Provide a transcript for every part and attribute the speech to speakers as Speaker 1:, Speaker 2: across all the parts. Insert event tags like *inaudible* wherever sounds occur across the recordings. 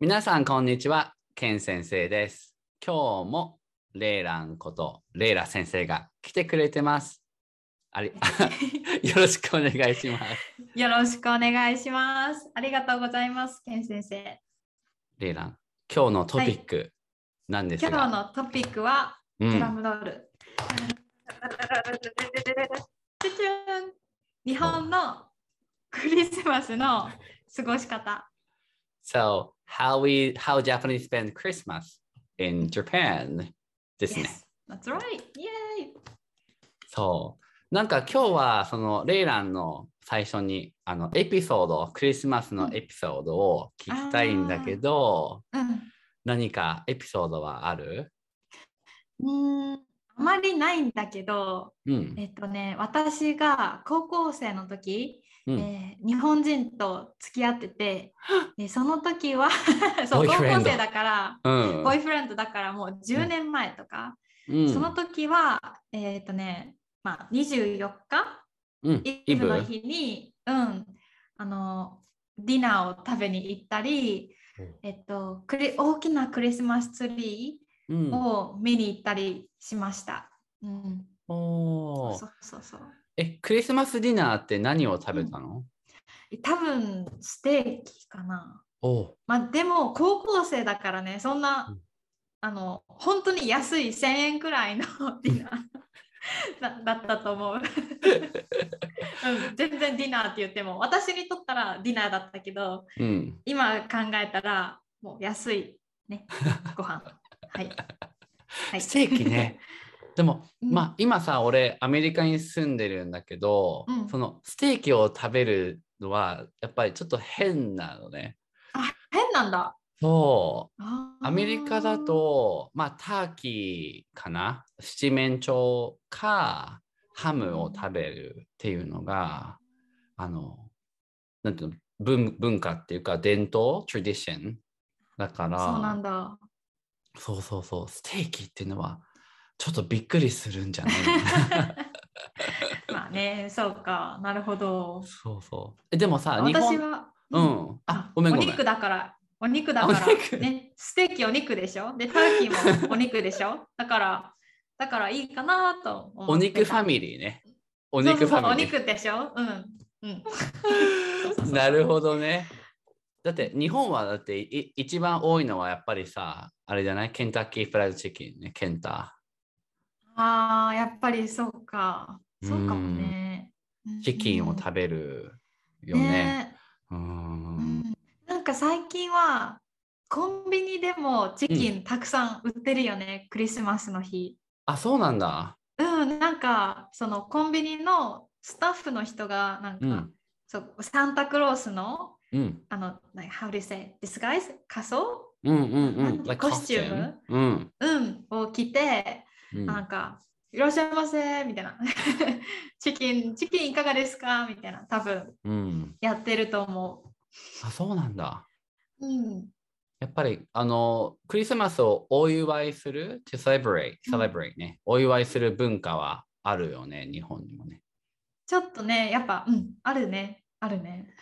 Speaker 1: 皆さん、こんにちは。ケン先生です。今日もレイランことレイラ先生が来てくれてます。あり *laughs* よろしくお願いします。
Speaker 2: *laughs* よろしくお願いします。ありがとうございます、ケン先生。
Speaker 1: レイラン、今日のトピックなんです
Speaker 2: 今
Speaker 1: が、
Speaker 2: 日のトピックは
Speaker 1: う
Speaker 2: ド
Speaker 1: ん
Speaker 2: ラムロール。チュチュン日本のクリスマスの過ごし方。
Speaker 1: So, how we how Japanese spend Christmas in Japan ですね。
Speaker 2: Yes, That's right. イエーイ。
Speaker 1: そう。なんか今日はそのレイランの最初にあのエピソード、クリスマスのエピソードを聞きたいんだけど、
Speaker 2: う
Speaker 1: 何かエピソードはある
Speaker 2: ん。うーんあまりないんだけど、
Speaker 1: うん。
Speaker 2: えっとね、私が高校生の時、
Speaker 1: うん
Speaker 2: えー日本人と付き合ってて、でその時はそ
Speaker 1: *laughs* ボ
Speaker 2: う
Speaker 1: ーイ
Speaker 2: 高
Speaker 1: フレンド
Speaker 2: 校生だから、
Speaker 1: うん
Speaker 2: ボーイフレンドだからもう10年前とか、
Speaker 1: うん
Speaker 2: その時は、えっ、とね、まあ、24
Speaker 1: うん
Speaker 2: 日、イ
Speaker 1: イ
Speaker 2: ブ
Speaker 1: ブ
Speaker 2: の日に、うん、あの、ディナーを食べに行ったり
Speaker 1: うん、
Speaker 2: えっと、クリ大きなクリスマスツリ
Speaker 1: うん
Speaker 2: ー、を見に行ったりしました。うん、
Speaker 1: おー
Speaker 2: そうそうそう。
Speaker 1: え、クリスマスディナーって何を食べたの、
Speaker 2: 多分ステーキかな。
Speaker 1: おう
Speaker 2: まあでも高校生だからね、そんな、
Speaker 1: うん
Speaker 2: あの本当に安い1000円
Speaker 1: *laughs*
Speaker 2: くらいのディナーだだったと思う、うん。全然ディナーって言っても、私にとったらディナーだったけど、
Speaker 1: うん。
Speaker 2: 今考えたらもう安い
Speaker 1: *laughs*
Speaker 2: ね、ご飯。はい。はい、
Speaker 1: ステーキね。 *laughs* でも、
Speaker 2: うん
Speaker 1: まあ今さ俺アメリカに住んでるんだけど、
Speaker 2: うん
Speaker 1: そのステーキを食べるのはやっぱりちょっと変なのね。
Speaker 2: あ、変なんだ。
Speaker 1: そう
Speaker 2: あー
Speaker 1: アメリカだ、とまあターキーかな七面鳥かハムを食べるっていうのがあのなんていうの文文化っていうか伝統ト a d i t i o n だから
Speaker 2: そうなんだ。
Speaker 1: そうそうそうステーキっていうのはちょっとびっくりするんじゃない *laughs*
Speaker 2: まあね、そうか、なるほど。
Speaker 1: そうそう。えでもさ、日
Speaker 2: 私
Speaker 1: 本、
Speaker 2: は、
Speaker 1: う
Speaker 2: うん
Speaker 1: ん、あ、ごめんごめん。
Speaker 2: お肉だから、お肉だか
Speaker 1: あお肉
Speaker 2: ら、ね、ステーキお肉でしょで、ターキーもお肉で
Speaker 1: *laughs*
Speaker 2: しょだから、だからいいかなと思
Speaker 1: お肉ファ
Speaker 2: リー。
Speaker 1: ミリーね。お
Speaker 2: お
Speaker 1: 肉ファミリー。
Speaker 2: お肉でしょうん。うん、
Speaker 1: *laughs* なるほどね。だって日本はだってい一番多いのはやっぱりさ、あれじゃないケンタッキーフライドチキンね、ケンタ。
Speaker 2: ああ、やっぱりそうか。そうかもね。
Speaker 1: チキンを
Speaker 2: べ
Speaker 1: 食べるよね。うー。
Speaker 2: うんんなんか最近は、コンビニでもチキンたくさん売ってるよね、クリスマスの日。
Speaker 1: あ、そうなんだ。
Speaker 2: うん、なんかそのコンビニのスタッフの人がなんか、
Speaker 1: うん
Speaker 2: そうサンタクロースの
Speaker 1: うん。
Speaker 2: あの、like, how do you say disguise 仮装、
Speaker 1: うんうんう
Speaker 2: なん
Speaker 1: ん。
Speaker 2: てコスチューム
Speaker 1: costume？うん。
Speaker 2: うん、を着て、
Speaker 1: うん
Speaker 2: なんかいらっしゃいませみたいな *laughs* チキンチキンいかがですかみたいな多分
Speaker 1: うん。
Speaker 2: やってると思
Speaker 1: あ、そうなんだ。
Speaker 2: う。うん、
Speaker 1: やっぱりあのクリスマスをお祝いする to celebrate
Speaker 2: うん
Speaker 1: celebrate ね、お祝いする文化はあるよね日本にもね
Speaker 2: ちょっとねやっぱ、うん、あるねあるね。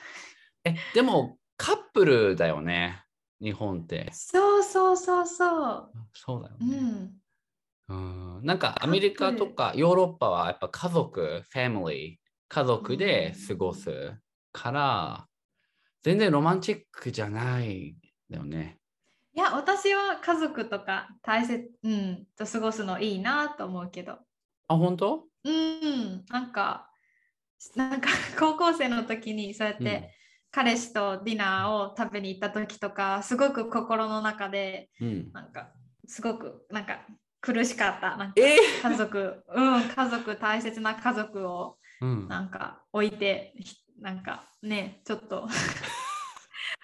Speaker 1: えでもカップルだよね日本って
Speaker 2: そうそうそうそう。
Speaker 1: そうだよ
Speaker 2: う
Speaker 1: ね、
Speaker 2: ん、
Speaker 1: うん、なんかアメリカとかヨーロッパはやっぱ家族 family 家族で過ごすから全然ロマンチックじゃないんだよね
Speaker 2: いや、私は家族とか大切、うん、と過ごすのいいなと思うけど、
Speaker 1: あ本当
Speaker 2: うん、なんか、なんか高校生の時にそうやっ
Speaker 1: うん
Speaker 2: て彼氏とディナーを食べに行った時とか、すごく心の中で、
Speaker 1: うん
Speaker 2: なんか、すごく、なんか、苦しかった。なんか
Speaker 1: え
Speaker 2: 家族、 *laughs* うん、家族、大切な家族を、
Speaker 1: うん
Speaker 2: なんか、置いて、ひなんか、ね、ちょっと。 *laughs*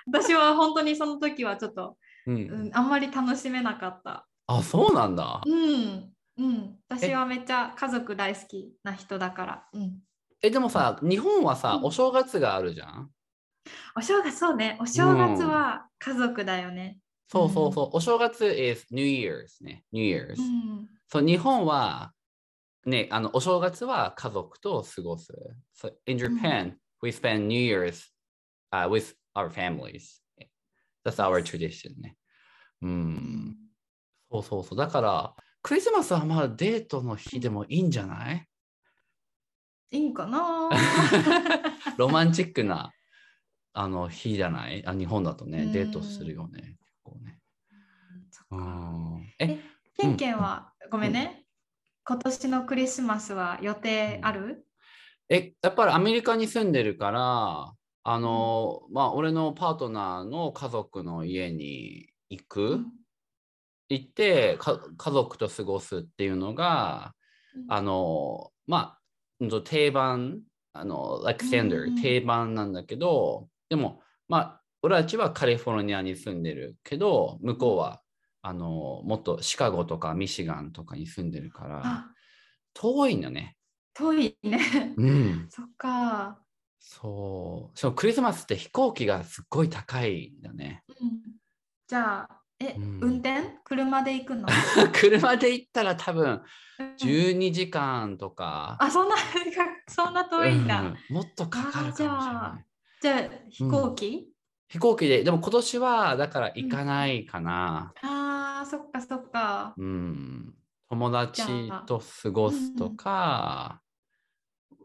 Speaker 2: 私は本当にその時はちょっと、
Speaker 1: う
Speaker 2: うんん、あんまり楽しめなかった。
Speaker 1: あそうなんだ
Speaker 2: うん、うん、私はめっちゃ家族大好きな人だから。うん、
Speaker 1: えでもさ日本はさ
Speaker 2: うん
Speaker 1: お正月があるじゃん
Speaker 2: お正月そうね、お正月は家族だよね。
Speaker 1: そうそうそう、お正月 is New Year's ね New Year's、
Speaker 2: うん、
Speaker 1: そう日本はねあのお正月は家族と過ごす、so, In Japan、we spend New Year's、uh, with our families That's our tradition ね。うん。そうそうそう。だから、クリスマスはまあデートの日でもいいんじゃ
Speaker 2: *laughs*
Speaker 1: ない
Speaker 2: いいんかな
Speaker 1: *laughs* ロマンチックなあの日じゃないあ日本だと
Speaker 2: う
Speaker 1: ね、
Speaker 2: ん
Speaker 1: デートするよね。結構ね。うん。え、
Speaker 2: ケンケンは、ごめんね。今年のクリスマスは予定ある、
Speaker 1: え、やっぱりアメリカに住んでるから、あの、まあ、俺のパートナーの家族の家に行く、行ってか、家族と過ごすっていうのが、あの、まあ、うんと定番、あの、like
Speaker 2: うんう
Speaker 1: standard、
Speaker 2: ん
Speaker 1: 定番なんだけど、でも、まあ、俺たちはカリフォルニアに住んでるけど、向こうは、あの、もっとシカゴとかミシガンとかに住んでるから、
Speaker 2: あ
Speaker 1: 遠いんだね。
Speaker 2: 遠いね。
Speaker 1: うん。
Speaker 2: *laughs* そっか。
Speaker 1: そう。しかもクリスマスって飛行機がすっごい高いんだね。
Speaker 2: うんじゃあ、え、
Speaker 1: うん
Speaker 2: 運転車で
Speaker 1: *laughs*
Speaker 2: 行くの
Speaker 1: 車で行ったら多分
Speaker 2: うん
Speaker 1: 12時間とか。
Speaker 2: あ、そんな、 *laughs* そんな遠いんだ。
Speaker 1: うんもっとかかるかもしれ
Speaker 2: あーじゃ
Speaker 1: ない
Speaker 2: あ。じゃあ、飛行機、
Speaker 1: 飛行機で、でも今年はだから行かないかな。
Speaker 2: ああ、そっかそっか。
Speaker 1: うん。友達と過ごすとか、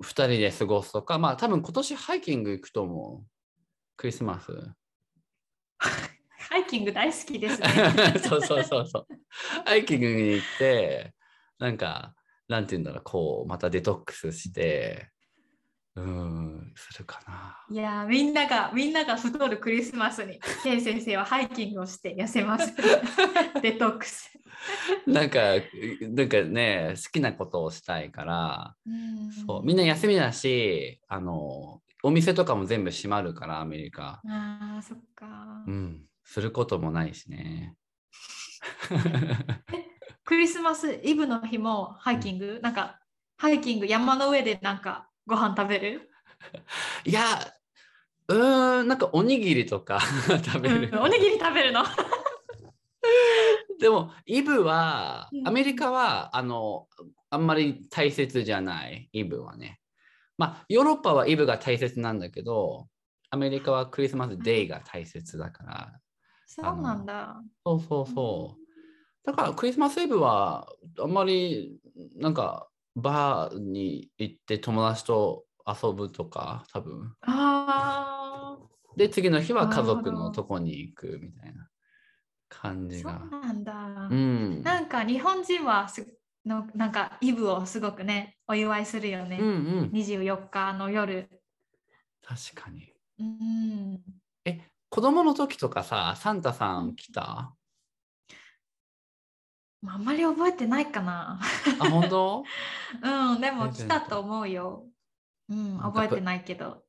Speaker 1: 2人で過ごすとか、まあ多分今年ハイキング行くと思う。クリスマス。
Speaker 2: ハイキング大好きですね。
Speaker 1: *laughs* そうそうそうそう。ハイキングに行って、なんか、なんて言うんだろう、こう、またデトックスして、うん、するかな。
Speaker 2: いやーみんながみんなが太るクリスマスにケン先生はハイキングをして痩せます *laughs* デトックス、
Speaker 1: なんか、なんかね、好きなことをしたいから、そうみん
Speaker 2: な
Speaker 1: な休みだし、あの、お店とかも全部閉まるから、アメリカ。
Speaker 2: あーそっか、
Speaker 1: うん、することもないしね。
Speaker 2: クリスマスイブの日もハイキング、なんかハイキング山の上でなんかご飯食べる、
Speaker 1: いや、うーん、なんかおにぎりとか *laughs* 食べる。
Speaker 2: うんおにぎり食べるの
Speaker 1: でもイブは
Speaker 2: うん
Speaker 1: アメリカはあのあんまり大切じゃないイブはねまあヨーロッパはイブが大切なんだけどアメリカはクリスマスデイが大切だから
Speaker 2: そうなんだ
Speaker 1: そうそうそうだからクリスマスイブはあんまりなんかバーに行って友達と遊ぶとか多分
Speaker 2: あー
Speaker 1: で次の日は家
Speaker 2: な
Speaker 1: 族
Speaker 2: るほど
Speaker 1: のとこに行くみたいな感じ
Speaker 2: そう
Speaker 1: が
Speaker 2: なんだ、
Speaker 1: うん
Speaker 2: なんか日本人はすのなんかイブをすごくねお祝いするよね、
Speaker 1: うんうん
Speaker 2: 24日の夜
Speaker 1: 確かに
Speaker 2: うん
Speaker 1: 子供の時とかさサンタさん来た
Speaker 2: まああんまり覚えてない
Speaker 1: *laughs*
Speaker 2: かな。
Speaker 1: あ本 *laughs* 当
Speaker 2: うん、でも
Speaker 1: プレゼ
Speaker 2: 来
Speaker 1: ント
Speaker 2: たと思うよ。うん、
Speaker 1: なんか
Speaker 2: 覚えてないけど。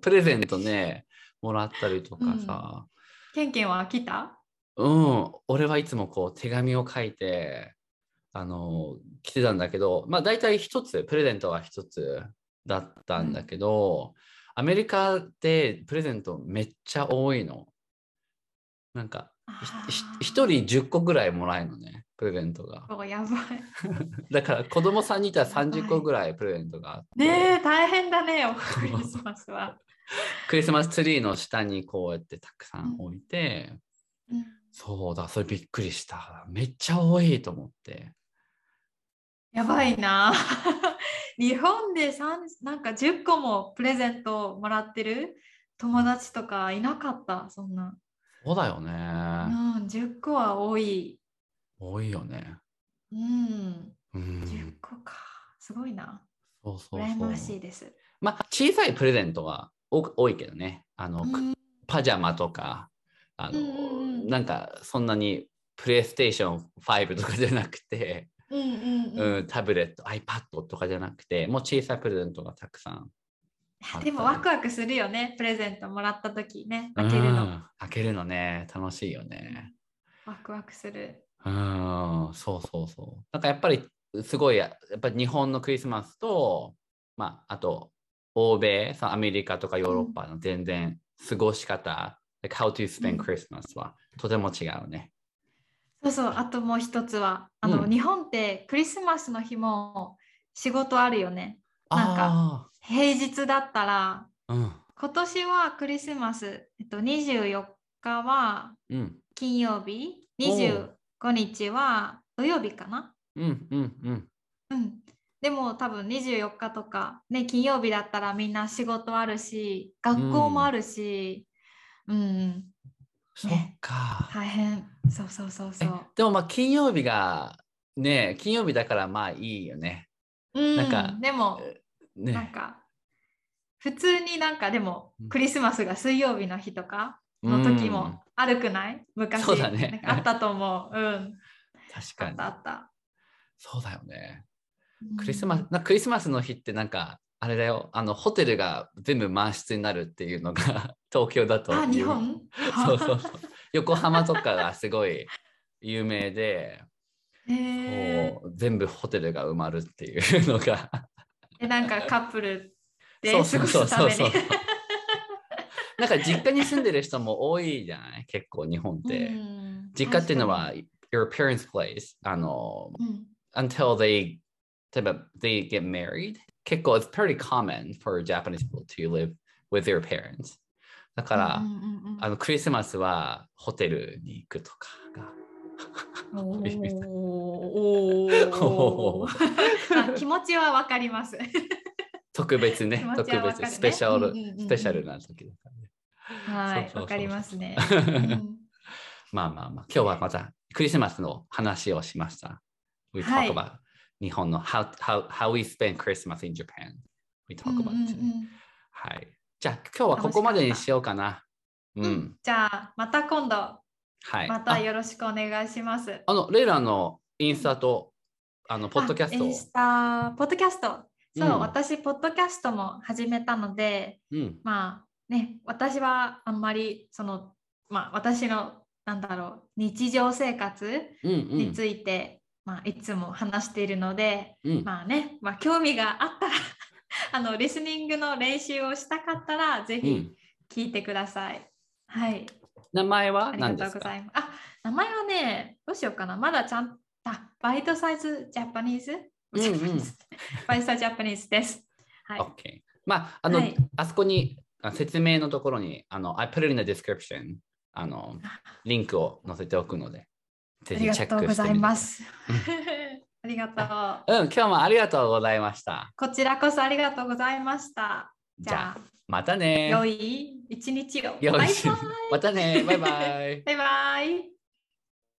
Speaker 1: プレゼントねもらったりとかさ、
Speaker 2: ケンケンは来た
Speaker 1: うん、俺はいつもこう手紙を書いてあの来てたんだけどまあ大体一つプレゼントは一つだったんだけど、アメリカってプレゼントめっちゃ多いのなんかひひ一人10個ぐらいもらえるのねプレゼントが
Speaker 2: 人。やばい。
Speaker 1: だから子供さんにいたら30
Speaker 2: は
Speaker 1: 個
Speaker 2: い
Speaker 1: ぐらいプレゼントがあって、
Speaker 2: ねえ、大変だね、クリスマスは。
Speaker 1: クリスマスツリーの下にこうやってたくさん置いて、
Speaker 2: うん
Speaker 1: そうだそれびっくりしためっちゃ多いと思って
Speaker 2: やばいな。 *laughs* 日本で三なんか10個もプレゼントもらってる友達とかいなかった、そんな。
Speaker 1: そうだよ
Speaker 2: う
Speaker 1: ね、
Speaker 2: ん、10個は多い。
Speaker 1: 多いよね
Speaker 2: うん、
Speaker 1: うん
Speaker 2: 10個か。すごいな。
Speaker 1: そうそう
Speaker 2: 羨
Speaker 1: そう
Speaker 2: ましいです。
Speaker 1: まあ小さいプレゼントは多く多いけどねあの、
Speaker 2: うん
Speaker 1: パジャマとかあの、
Speaker 2: うんうんうん
Speaker 1: なんかそんなにプレイステーション5とかじゃなくて、
Speaker 2: うんうんうん
Speaker 1: うん、タブレット iPad とかじゃなくてもう小さいプレゼントがたくさんあった
Speaker 2: でもワクワクするよね、プレゼントもらった時ね、開けるの、
Speaker 1: うん開けるのね楽しいよね
Speaker 2: ワクワクする。
Speaker 1: うんそうそうそうなんかやっぱりすごいややっぱり日本のクリスマスとまああと欧米さアメリカとかヨーロッパの全然過ごし方、like how to
Speaker 2: うん
Speaker 1: spend Christmas はとても違うね
Speaker 2: そうそう、あともう一つは、あの、
Speaker 1: うん
Speaker 2: 日本ってクリスマスの日も仕事あるよね。なん
Speaker 1: か
Speaker 2: 平日だったら、
Speaker 1: うん
Speaker 2: 今年はクリスマス、えっと、24日は
Speaker 1: うん。
Speaker 2: 金曜日、
Speaker 1: お
Speaker 2: 25日は土曜日かな。
Speaker 1: うんうんうん。
Speaker 2: うん。でも多分24日とか、ね、金曜日だったらみんな仕事あるし、学校もあるし、うん、
Speaker 1: そっか。
Speaker 2: 大変。そうそうそうそう。
Speaker 1: でもまあ金曜日がね金曜日だからまあいいよね。
Speaker 2: うん、
Speaker 1: なんか
Speaker 2: でも、なん
Speaker 1: ね。
Speaker 2: か、普通になんかでも
Speaker 1: うん、
Speaker 2: クリスマスが水曜日の日とかの時
Speaker 1: うん
Speaker 2: も悪くない昔
Speaker 1: そうだね
Speaker 2: なんかあったと思う。うん。あ
Speaker 1: 確
Speaker 2: った
Speaker 1: か
Speaker 2: あ
Speaker 1: に。
Speaker 2: った。
Speaker 1: そうだよね。
Speaker 2: うん
Speaker 1: クリスマス、なクリスマスの日ってなんかあれだよあのホテルが全部満室になるっていうのが *laughs* 東京だと
Speaker 2: あ、日本
Speaker 1: そうそう
Speaker 2: *laughs*
Speaker 1: そう横浜とかがすごい有名で、
Speaker 2: へえ
Speaker 1: こう全部ホテルが埋まるっていうのが
Speaker 2: でなんかカップルで過
Speaker 1: そう
Speaker 2: ご
Speaker 1: そうそう
Speaker 2: すた
Speaker 1: そう
Speaker 2: め
Speaker 1: そう
Speaker 2: に。
Speaker 1: なんか実家に住んでる人も多いじゃない結構日本って。
Speaker 2: うん
Speaker 1: 実家っていうのは、your parents' place あの、
Speaker 2: 確かにうん
Speaker 1: until they, 例えば they get married. 結構、it's pretty common for Japanese people to live with their parents. だから、
Speaker 2: うんうんうんうん
Speaker 1: あの、クリスマスはホテルに行くとかが。
Speaker 2: お
Speaker 1: み
Speaker 2: ー
Speaker 1: たい
Speaker 2: おー
Speaker 1: *laughs* お
Speaker 2: あ気持ちはわかります。
Speaker 1: 特別ね
Speaker 2: *laughs* 気、持
Speaker 1: 特
Speaker 2: ちはわか
Speaker 1: 別、
Speaker 2: るね
Speaker 1: スペシャル
Speaker 2: うんうんうんう、ん
Speaker 1: スペシャルな時だか
Speaker 2: は
Speaker 1: そうそうそう
Speaker 2: い、
Speaker 1: そう
Speaker 2: わかりま
Speaker 1: *laughs*
Speaker 2: すね。
Speaker 1: ら
Speaker 2: う
Speaker 1: ね。
Speaker 2: ん
Speaker 1: まあまあまあ、今日はまたクリスマスの話をしました。We
Speaker 2: は
Speaker 1: talk
Speaker 2: い
Speaker 1: about、日本の how, how, how we spend Christmas in Japan. We talk about
Speaker 2: うん
Speaker 1: it.
Speaker 2: うん
Speaker 1: はい。じゃあ今日はここまでにしようかな。う
Speaker 2: うんん。じゃあまた今度
Speaker 1: はい。
Speaker 2: ま
Speaker 1: あ
Speaker 2: たよろしくお願いします。
Speaker 1: あの、レイラのインスタと、あの、ポッドキャスト
Speaker 2: あイ
Speaker 1: を
Speaker 2: ンスタポッドキャスト。そう、
Speaker 1: うん
Speaker 2: 私ポッドキャストも始めたので、
Speaker 1: うん。
Speaker 2: まあね、私はあんまりそのまあ私のなんだろう日常生活
Speaker 1: うんう
Speaker 2: に
Speaker 1: ん。
Speaker 2: ついて、まあいつも話しているので、
Speaker 1: うん。
Speaker 2: まあね、まあ興味があったら *laughs* あのリスニングの練習をしたかったらぜ
Speaker 1: う
Speaker 2: ひ
Speaker 1: ん
Speaker 2: 聞いてください。はい。
Speaker 1: 名前は
Speaker 2: ありが
Speaker 1: 何
Speaker 2: と
Speaker 1: で
Speaker 2: う
Speaker 1: す
Speaker 2: ご
Speaker 1: か
Speaker 2: ざいます。あ、名前はね、どうしようかな。まだちゃんあ、バイトサイズジャパニーズ、
Speaker 1: うんうん
Speaker 2: ジャパニーズバイトサイズジャパニーズです。はい。
Speaker 1: ?OK。まあ、あの、
Speaker 2: はい
Speaker 1: あそこに、あ説明のところに、あの、I put it in the description。あの、リンクを載せておくので、ぜ
Speaker 2: あ
Speaker 1: ひ
Speaker 2: りが
Speaker 1: チェックしてみて。
Speaker 2: とうございますす。 *laughs* ありがと
Speaker 1: うん、今日もありがとうございました。
Speaker 2: う。こちらこそありがとうございました。
Speaker 1: じ
Speaker 2: じ
Speaker 1: ゃ
Speaker 2: ゃ
Speaker 1: あ
Speaker 2: あ、、
Speaker 1: またね。
Speaker 2: 良い一日を。
Speaker 1: よ
Speaker 2: バイバ
Speaker 1: し。またね。バイバイ。
Speaker 2: イ。バイバイ。